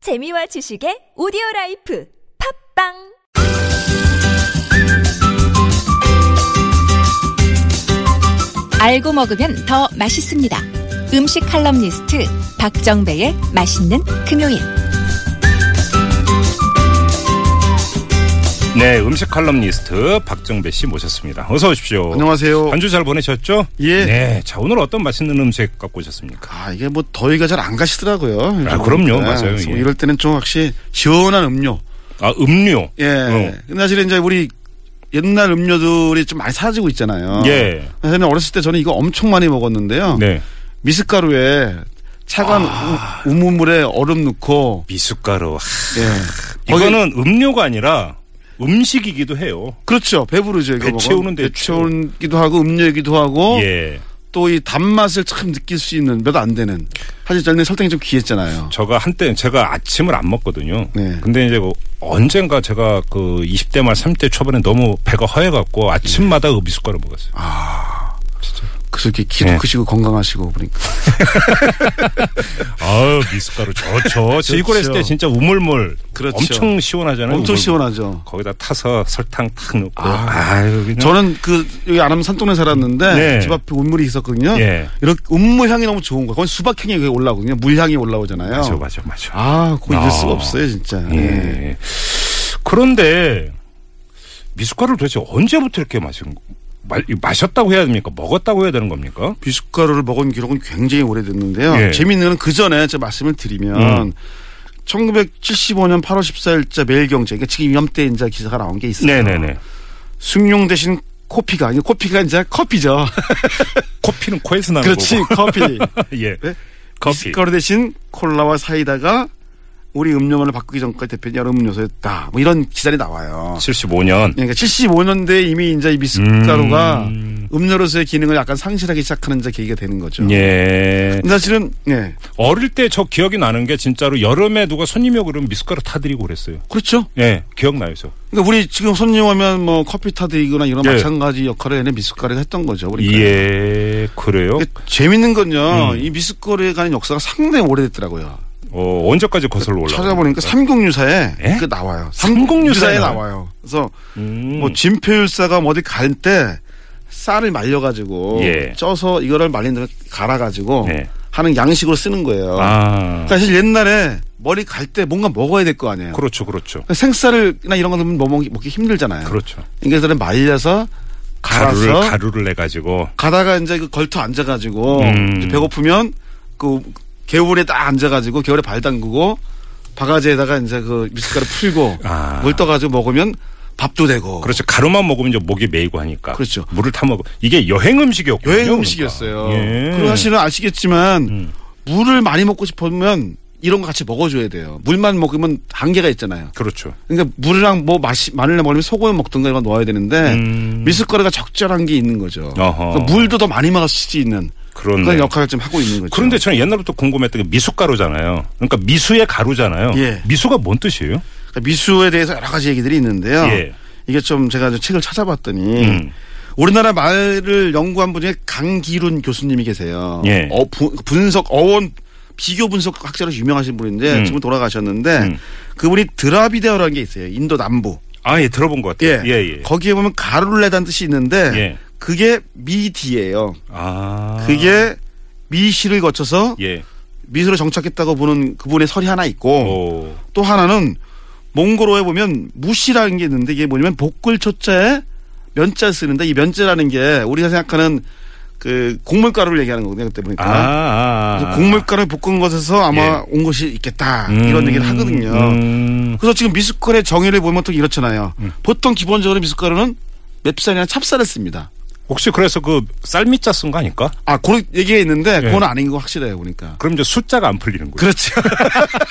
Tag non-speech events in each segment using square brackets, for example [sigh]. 재미와 지식의 오디오 라이프 팝빵 알고 먹으면 더 맛있습니다. 음식 칼럼니스트 박정배의 맛있는 금요일. 네, 음식 칼럼니스트 박정배 씨 모셨습니다. 어서 오십시오. 안녕하세요. 뭐 한 주 잘 보내셨죠? 예. 네, 자 오늘 어떤 맛있는 음식 갖고 오셨습니까? 아 이게 뭐 더위가 잘 안 가시더라고요. 요즘 아, 그럼요. 보니까. 맞아요. 그래서 예. 이럴 때는 좀 확실히 시원한 음료. 아 음료. 예. 어. 사실 이제 우리 옛날 음료들이 좀 많이 사라지고 있잖아요. 예. 사실 어렸을 때 저는 이거 엄청 많이 먹었는데요. 어. 네. 아. 미숫가루에 차가운 우, 우물물에 얼음 넣고 미숫가루. 예. 거기- 이거는 음료가 아니라 음식이기도 해요. 그렇죠. 배부르죠. 이거 배 먹으면. 채우는 데 배 채우기도 하고 음료이기도 하고 예. 또 이 단맛을 참 느낄 수 있는 몇 안 되는 사실 저는 설탕이 좀 귀했잖아요. 제가 한때 제가 아침을 안 먹거든요. 네. 근데 이제 그 언젠가 제가 그 20대 말 30대 초반에 너무 배가 허해갖고 아침마다 그 미숫가루 먹었어요. 그래서 이렇게 키도 예. 크시고 건강하시고 그러니까. 아유 미숫가루 좋죠. [laughs] 시골에 있을 때 진짜 우물물 그렇죠. 엄청 시원하잖아요. 엄청 우물물. 시원하죠. 거기다 타서 설탕 탁 넣고 아. 아유 그냥 저는 그 여기 안암 산동네 살았는데 네. 집 앞에 운물이 있었거든요. 예. 이렇게 운물 향이 너무 좋은 거예요. 거기 수박 향이 올라오거든요. 물 향이 올라오잖아요. 맞아 맞아 맞아. 아, 그거 그렇죠. 아. 잊을 수가 없어요, 진짜. 예. 예. 그런데 미숫가루를 도대체 언제부터 이렇게 마신 마, 마셨다고 해야 됩니까? 먹었다고 해야 되는 겁니까? 비숟가루를 먹은 기록은 굉장히 오래됐는데요. 예. 음. 재미있는 건그 전에 제가 말씀을 드리면 1975년 8월 14일자 매일경제, 그러니까 지금 이맘때 이제 기사가 나온 게 있어요. 네네네. 숭늉 대신 코피가 아니 코피가 이제 커피죠. [laughs] 아, 커피는 코에서 나는 그렇지, [laughs] 커피. 거고. 예. 네? 커피. 미숫가루 대신 콜라와 사이다가 우리 음료만을 바꾸기 전까지 대표 여름 음료수였다. 뭐 이런 기사리 나와요. 75년. 그러니까 75년대에 이미 이제 이 미숫가루가 음료로서의 기능을 약간 상실하기 시작하는 이제 계기가 되는 거죠. 예. 근데 사실은 예 어릴 때 저 기억이 나는 게 진짜로 여름에 누가 손님이 오고 그러면 미숫가루 타드리고 그랬어요. 그렇죠. 예. 기억나요, 저. 그러니까 우리 지금 손님 오면 뭐 커피 타드리거나 이런 예. 마찬가지 역할을 얘네 미숫가루가 했던 거죠. 우리 예. 음. 그래요? 재밌는 건요. 이 미숫가루에 관한 역사가 상당히 오래됐더라고요. 어, 언제까지 거슬러 올라 찾아보니까 삼국유사에 예? 그 나와요. 삼국유사에 삼국유사에 나와요? 나와요. 그래서 음. 뭐 진표율사가 어디 갈 때 쌀을 말려가지고 예. 쪄서 이거를 말린 다음에 갈아가지고 예. 하는 양식으로 쓰는 거예요. 아. 그러니까 사실 옛날에 머리 갈 때 뭔가 먹어야 될 거 아니에요. 그렇죠, 그렇죠. 생쌀이나 이런 거 넣으면 뭐 먹기, 먹기 힘들잖아요. 그렇죠. 그러니까 그걸 말려서 갈아서 가루를 가루를 내 가지고 가다가 이제 그 걸터 앉아가지고 음. 이제 배고프면 그 개울에 딱 앉아가지고 개울에 발 담그고 바가지에다가 이제 그 미숫가루 풀고 아. 물 떠가지고 먹으면 밥도 되고 그렇죠. 가루만 먹으면 이제 목이 메이고 하니까. 그렇죠. 물을 타 먹어. 이게 여행 음식이었거든요. 여행 그러니까. 음식이었어요. 예. 음. 그리고 사실은 아시겠지만 물을 많이 먹고 싶으면 이런 거 같이 먹어줘야 돼요. 물만 먹으면 한계가 있잖아요. 그렇죠. 그러니까 물이랑 뭐 마시, 마늘 먹으면 소금을 먹든가 이런 거 넣어야 되는데 미숫가루가 적절한 게 있는 거죠. 음. 어허. 그러니까 물도 더 많이 마실 수 있는 그렇네. 그런 역할을 좀 하고 있는 거죠. 그런데 저는 옛날부터 궁금했던 게 미숫가루잖아요. 그러니까 미수의 가루잖아요. 예. 미수가 뭔 뜻이에요? 그러니까 미수에 대해서 여러 가지 얘기들이 있는데요. 예. 이게 좀 제가 좀 책을 찾아봤더니 음. 우리나라 말을 연구한 분 중에 강기룬 교수님이 계세요. 예. 어, 부- 분석 어원 비교 분석 학자로 유명하신 분인데 음. 지금 돌아가셨는데 음. 그분이 드라비데어라는 게 있어요. 인도 남부. 아, 예, 들어본 것 예. 같아요. 예, 예. 거기에 보면 가루를 내다는 뜻이 있는데 예. 그게 미디예요. 아. 그게 미시를 거쳐서 예. 미수로 정착했다고 보는 그분의 설이 하나 있고 오. 또 하나는 몽고로에 보면 무시라는 게 있는데 이게 뭐냐면 복글 초자에 면자 쓰는데 이 면자라는 게 우리가 생각하는 그 곡물가루를 얘기하는 거거든요 그때 아, 보니까 아, 아. 그러니까 그래서 곡물가루를 볶은 것에서 아마 온 것이 있겠다 이런 얘기를 하거든요. 음. 그래서 지금 미숫가루의 정의를 보면 또 이렇잖아요. 보통 기본적으로 미숫가루는 맵쌀이나 찹쌀을 씁니다. 혹시 그래서 그 쌀미자 쓴 거 아닐까? 아, 그런 얘기가 있는데 예. 그건 아닌 거 확실해요 보니까. 그럼 이제 숫자가 안 풀리는 거예요. 그렇죠. [laughs]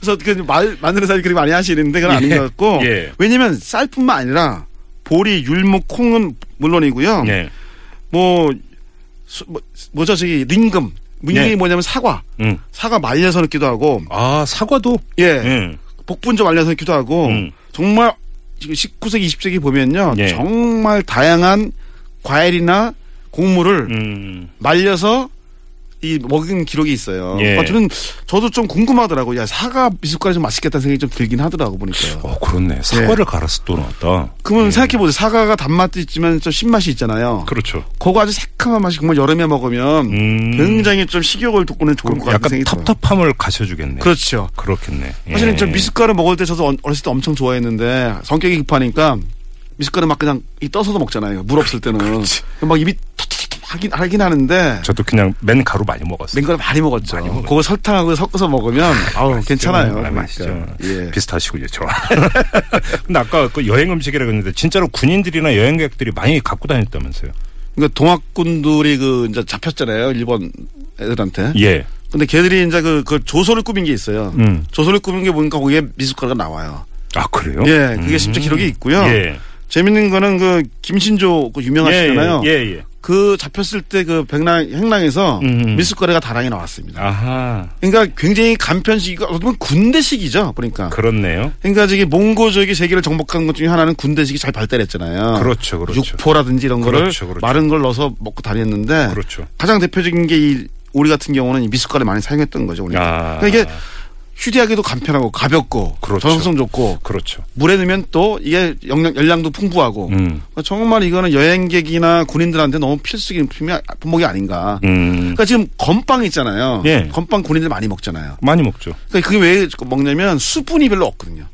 그래서 그말 만드는 사람이 그렇게 많이 하시는데 그건 아닌 것 같고 예. 왜냐면 쌀뿐만 아니라 보리, 율무, 콩은 물론이고요. 예. 뭐, 수- 뭐 뭐죠 저기 링금 링금이 예. 뭐냐면 사과 음. 사과 말려서 넣기도 하고 아, 사과도? 예 음. 복분자 말려서 넣기도 하고 음. 정말 지금 19세기 20세기 보면요 예. 정말 다양한 과일이나 곡물을 음. 말려서 이 먹은 기록이 있어요. 예. 아, 저는 저도 좀 궁금하더라고. 야 사과 미숫가루 좀 맛있겠다는 생각이 좀 들긴 하더라고 보니까. 어, 그렇네. 사과를 갈아서 또 넣었다. 그러면 생각해 보세요. 사과가 단맛도 있지만 좀 신맛이 예. 있잖아요. 그렇죠. 그거 아주 새콤한 맛이 정말 여름에 먹으면 음. 굉장히 좀 식욕을 돋구는 좋을 것 그럼 같은 약간 생각이 들어요. 텁텁함을 가셔주겠네. 그렇죠. 그렇겠네. 예. 사실은 저 미숫가루 먹을 때 저도 언- 어렸을 때 엄청 좋아했는데 성격이 급하니까 미숫가루 막 그냥 이 떠서도 먹잖아요. 물 없을 때는 막 입이 톡톡톡 하긴 하긴 하는데 저도 그냥 맨 가루 많이 먹었어요. 맹가루 많이 먹었죠. 많이 먹었죠. 그거 설탕하고 섞어서 먹으면 아우 괜찮아요. 아, 그러니까. 맛있죠. 예. 비슷하시군요, 저. [laughs] 근데 아까 그 여행 음식이라고 했는데 진짜로 군인들이나 여행객들이 많이 갖고 다녔다면서요? 그러니까 동학군들이 그 이제 잡혔잖아요. 일본 애들한테. 예. 근데 걔들이 이제 그, 그 조소를 꾸민 게 있어요. 음. 조소를 꾸민 게 보니까 거기에 미숫가루가 나와요. 아 그래요? 예, 그게 심지어 기록이 있고요. 예. 재밌는 거는 그 김신조 그 유명하시잖아요. 예, 예, 예. 그 잡혔을 때 그 백랑 행랑에서 음. 미숫가루가 다량이 나왔습니다. 아하. 그러니까 굉장히 간편식이고 어떻게 보면 군대식이죠. 그러니까 그렇네요. 그러니까 저기 몽고족이 세계를 정복한 것 중에 하나는 군대식이 잘 발달했잖아요. 그렇죠, 그렇죠. 어. 육포라든지 이런 거를 그렇죠, 그렇죠. 마른 걸 넣어서 먹고 다녔는데 그렇죠. 가장 대표적인 게 이 우리 같은 경우는 이 미숫가루 많이 사용했던 거죠. 우리가. 아. 그러니까 이게 휴대하기도 간편하고 가볍고 그렇죠. 저항성 좋고 그렇죠. 물에 넣으면 또 이게 영양 열량도 풍부하고 음. 그러니까 정말 이거는 여행객이나 군인들한테 너무 필수적인 품이 아, 품목이 아닌가. 음. 그러니까 지금 건빵 있잖아요. 예. 건빵 군인들 많이 먹잖아요. 많이 먹죠. 그러니까 그게 왜 먹냐면 수분이 별로 없거든요.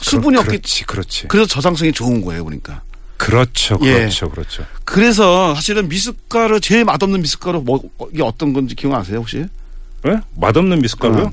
수분이 그렇- 없기 그렇지, 그렇지. 그래서 저장성이 좋은 거예요, 보니까. 그렇죠, 예. 그렇죠, 그렇죠. 그래서 사실은 미숫가루 제일 맛없는 미숫가루 뭐 이게 어떤 건지 기억나세요 혹시? 예? 맛없는 미숫가루요? 어.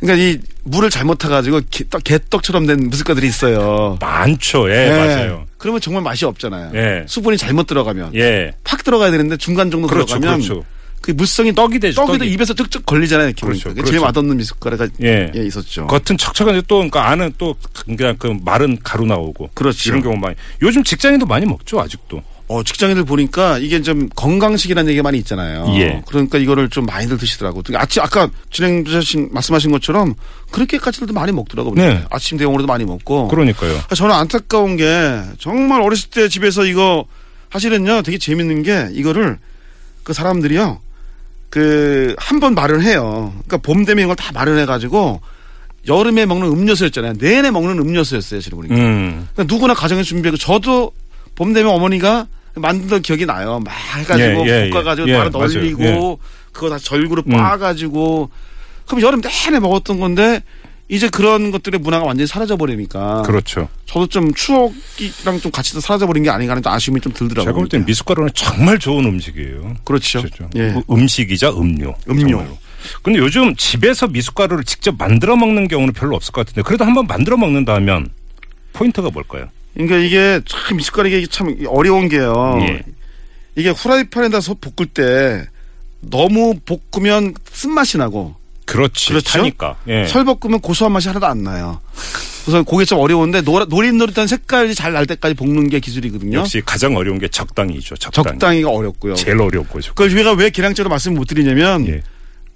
그러니까 이 물을 잘못 타가지고 개떡, 개떡처럼 된 미숫가들이 있어요. 많죠, 예, 예. 맞아요. 그러면 정말 맛이 없잖아요. 예. 수분이 잘못 들어가면 예. 팍 들어가야 되는데 중간 정도 그렇죠, 들어가면 그렇죠. 그 물성이 떡이 되죠, 떡이 도 떡이. 입에서 쭉쭉 걸리잖아요. 이렇게 그렇죠, 보니까. 그게 제일 그렇죠. 맛없는 미숫가루가 예. 예, 있었죠. 겉은 척척한데 또 그러니까 안은 또 그냥 그 마른 가루 나오고 그렇죠. 이런 경우 많이 요즘 직장인도 많이 먹죠 아직도 어, 직장인들 보니까 이게 좀 건강식이라는 얘기가 많이 있잖아요. 예. 그러니까 이거를 좀 많이들 드시더라고. 아침 아까 진행자신 말씀하신 것처럼 그렇게까지도 많이 먹더라고요. 네. 아침 대용으로도 많이 먹고. 그러니까요 아, 저는 안타까운 게 정말 어렸을 때 집에서 이거 사실은요 되게 재밌는 게 이거를 그 사람들이요 그 한 번 마련해요. 그러니까 봄 되면 이걸 다 마련해 가지고 여름에 먹는 음료수였잖아요. 내내 먹는 음료수였어요, 지금 보니까. 음 그러니까 누구나 가정에 준비하고 저도 봄 되면 어머니가 만든 기억이 나요. 막 해가지고 예, 예, 볶아가지고 예. 바로 맞아요. 널리고 예. 그거 다 절구로 음. 빻아가지고 그럼 여름 내내 먹었던 건데 이제 그런 것들의 문화가 완전히 사라져 버리니까 그렇죠 저도 좀 추억이랑 좀 같이 사라져 버린 게 아닌가 하는 좀 아쉬움이 좀 들더라고요. 제가 볼 때는 미숫가루는 정말 좋은 음식이에요 그렇죠. 그렇죠. 예. 음- 음식이자 음료 음료. 정말로. 근데 요즘 집에서 미숫가루를 직접 만들어 먹는 경우는 별로 없을 것 같은데 그래도 한번 만들어 먹는다면 포인트가 뭘까요 그러니까 이게 참 미숫가루 이게 참 어려운 게요. 예. 이게 후라이팬에다 서 볶을 때 너무 볶으면 쓴맛이 나고 그렇지 그렇죠? 타니까 예. 설볶으면 고소한 맛이 하나도 안 나요. 우선 그게 좀 어려운데 노, 노릇노릇한 색깔이 잘 날 때까지 볶는 게 기술이거든요. 역시 가장 어려운 게 적당히죠 적당히 적당히가 어렵고요. 제일 어려운 거죠 그걸 우리가 왜 계량적으로 말씀을 못 드리냐면 예.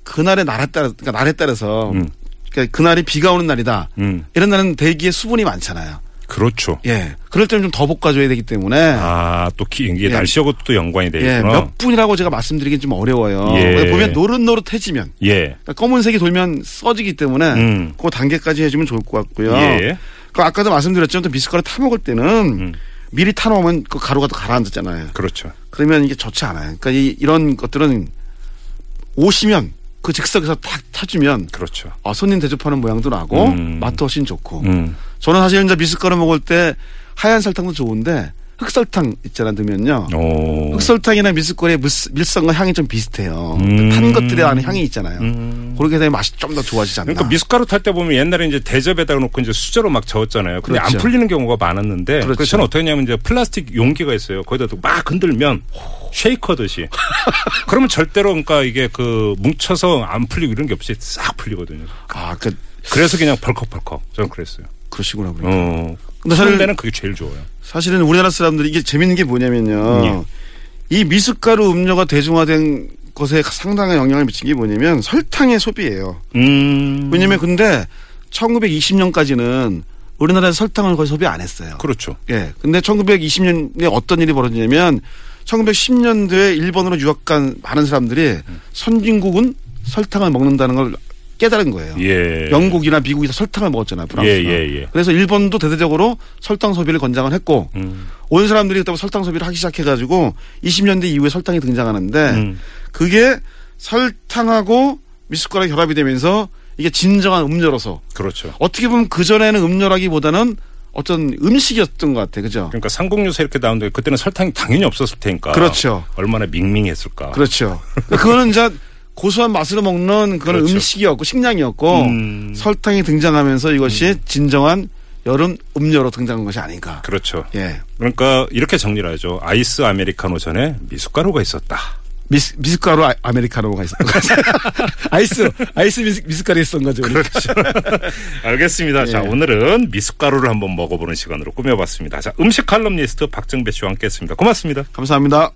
그날의 날에 따라 그러니까 날에 따라서 음. 그러니까 그날이 비가 오는 날이다. 음 이런 날은 대기에 수분이 많잖아요. 그렇죠 예. 그럴 때는 좀 더 볶아줘야 되기 때문에. 아또 이게 예. 날씨하고 또 연관이 되겠구나 예, 몇 분이라고 제가 말씀드리긴 좀 어려워요. 그러니까 예. 보면 노릇노릇해지면 예. 그러니까 검은색이 돌면 써지기 때문에 음. 그 단계까지 해주면 좋을 것 같고요. 예. 음. 그 아까도 말씀드렸지만 또 미숫가루 타 먹을 때는 미리 타 놓으면 그 가루가 또 가라앉았잖아요. 그렇죠. 그러면 이게 좋지 않아요. 그러니까 이, 이런 것들은 오시면 그 즉석에서 탁 타주면 그렇죠. 아, 손님 대접하는 모양도 나고 음. 맛도 훨씬 좋고 음. 저는 사실 이제 미숫가루 먹을 때 하얀 설탕도 좋은데 흑설탕 있잖아 넣으면요. 오. 흑설탕이나 미숫가루의 물- 밀성과 향이 좀 비슷해요. 음. 탄 것들에 아는 향이 있잖아요. 음. 그렇게 되면 맛이 좀 더 좋아지지 않나. 그러니까 미숫가루 탈 때 보면 옛날에 이제 대접에다가 놓고 이제 수저로 막 저었잖아요. 근데 그렇죠. 안 풀리는 경우가 많았는데 그렇죠. 그래서 저는 어떻게 했냐면 이제 플라스틱 용기가 있어요. 거기다 또막 흔들면 [laughs] 쉐이커듯이. 그러면 절대로 그러니까 이게 그 뭉쳐서 안 풀리고 이런 게 없이 싹 풀리거든요. 아, 그 그래서 그냥 벌컥벌컥 저는 그랬어요. 그러시구나 그래. 어. 근데 근데 저는- 사는 데는 그게 제일 좋아요. 사실은 우리나라 사람들이 이게 재밌는 게 뭐냐면요. 예. 이 미숫가루 음료가 대중화된 것에 상당한 영향을 미친 게 뭐냐면 설탕의 소비예요. 음. 왜냐면 근데 1920년까지는 우리나라에서 설탕을 거의 소비 안 했어요. 그렇죠. 예. 근데 1920년에 어떤 일이 벌어지냐면 1910년도에 일본으로 유학 간 많은 사람들이 선진국은 설탕을 먹는다는 걸 깨달은 거예요. 예. 영국이나 미국이 다 설탕을 먹었잖아요. 예, 프랑스나. 예, 예. 그래서 일본도 대대적으로 설탕 소비를 권장을 했고 음. 온 사람들이 그때부터 뭐 설탕 소비를 하기 시작해가지고 20년대 이후에 설탕이 등장하는데 음. 그게 설탕하고 미숫가루 결합이 되면서 이게 진정한 음료로서 그렇죠. 어떻게 보면 그 전에는 음료라기보다는 어떤 음식이었던 것 같아, 그죠? 그러니까 삼국유사 이렇게 나오는데 그때는 설탕이 당연히 없었을 테니까. 그렇죠. 얼마나 밍밍했을까. 그렇죠. 그거는 이제 고소한 맛으로 먹는 그런 그렇죠. 음식이었고 식량이었고 음. 설탕이 등장하면서 이것이 진정한 여름 음료로 등장한 것이 아닌가. 그렇죠. 예, 그러니까 이렇게 정리를 하죠. 아이스 아메리카노 전에 미숫가루가 있었다. 미스, 미숫가루 아, 아메리카노가 있어. [laughs] 아이스 아이스 미스, 미스카리 했던 거죠. 그 우리. 그렇죠. [laughs] 알겠습니다. 예. 자, 오늘은 미숫가루를 한번 먹어보는 시간으로 꾸며봤습니다. 자, 음식 칼럼니스트 박정배 씨와 함께 했습니다. 고맙습니다. 감사합니다.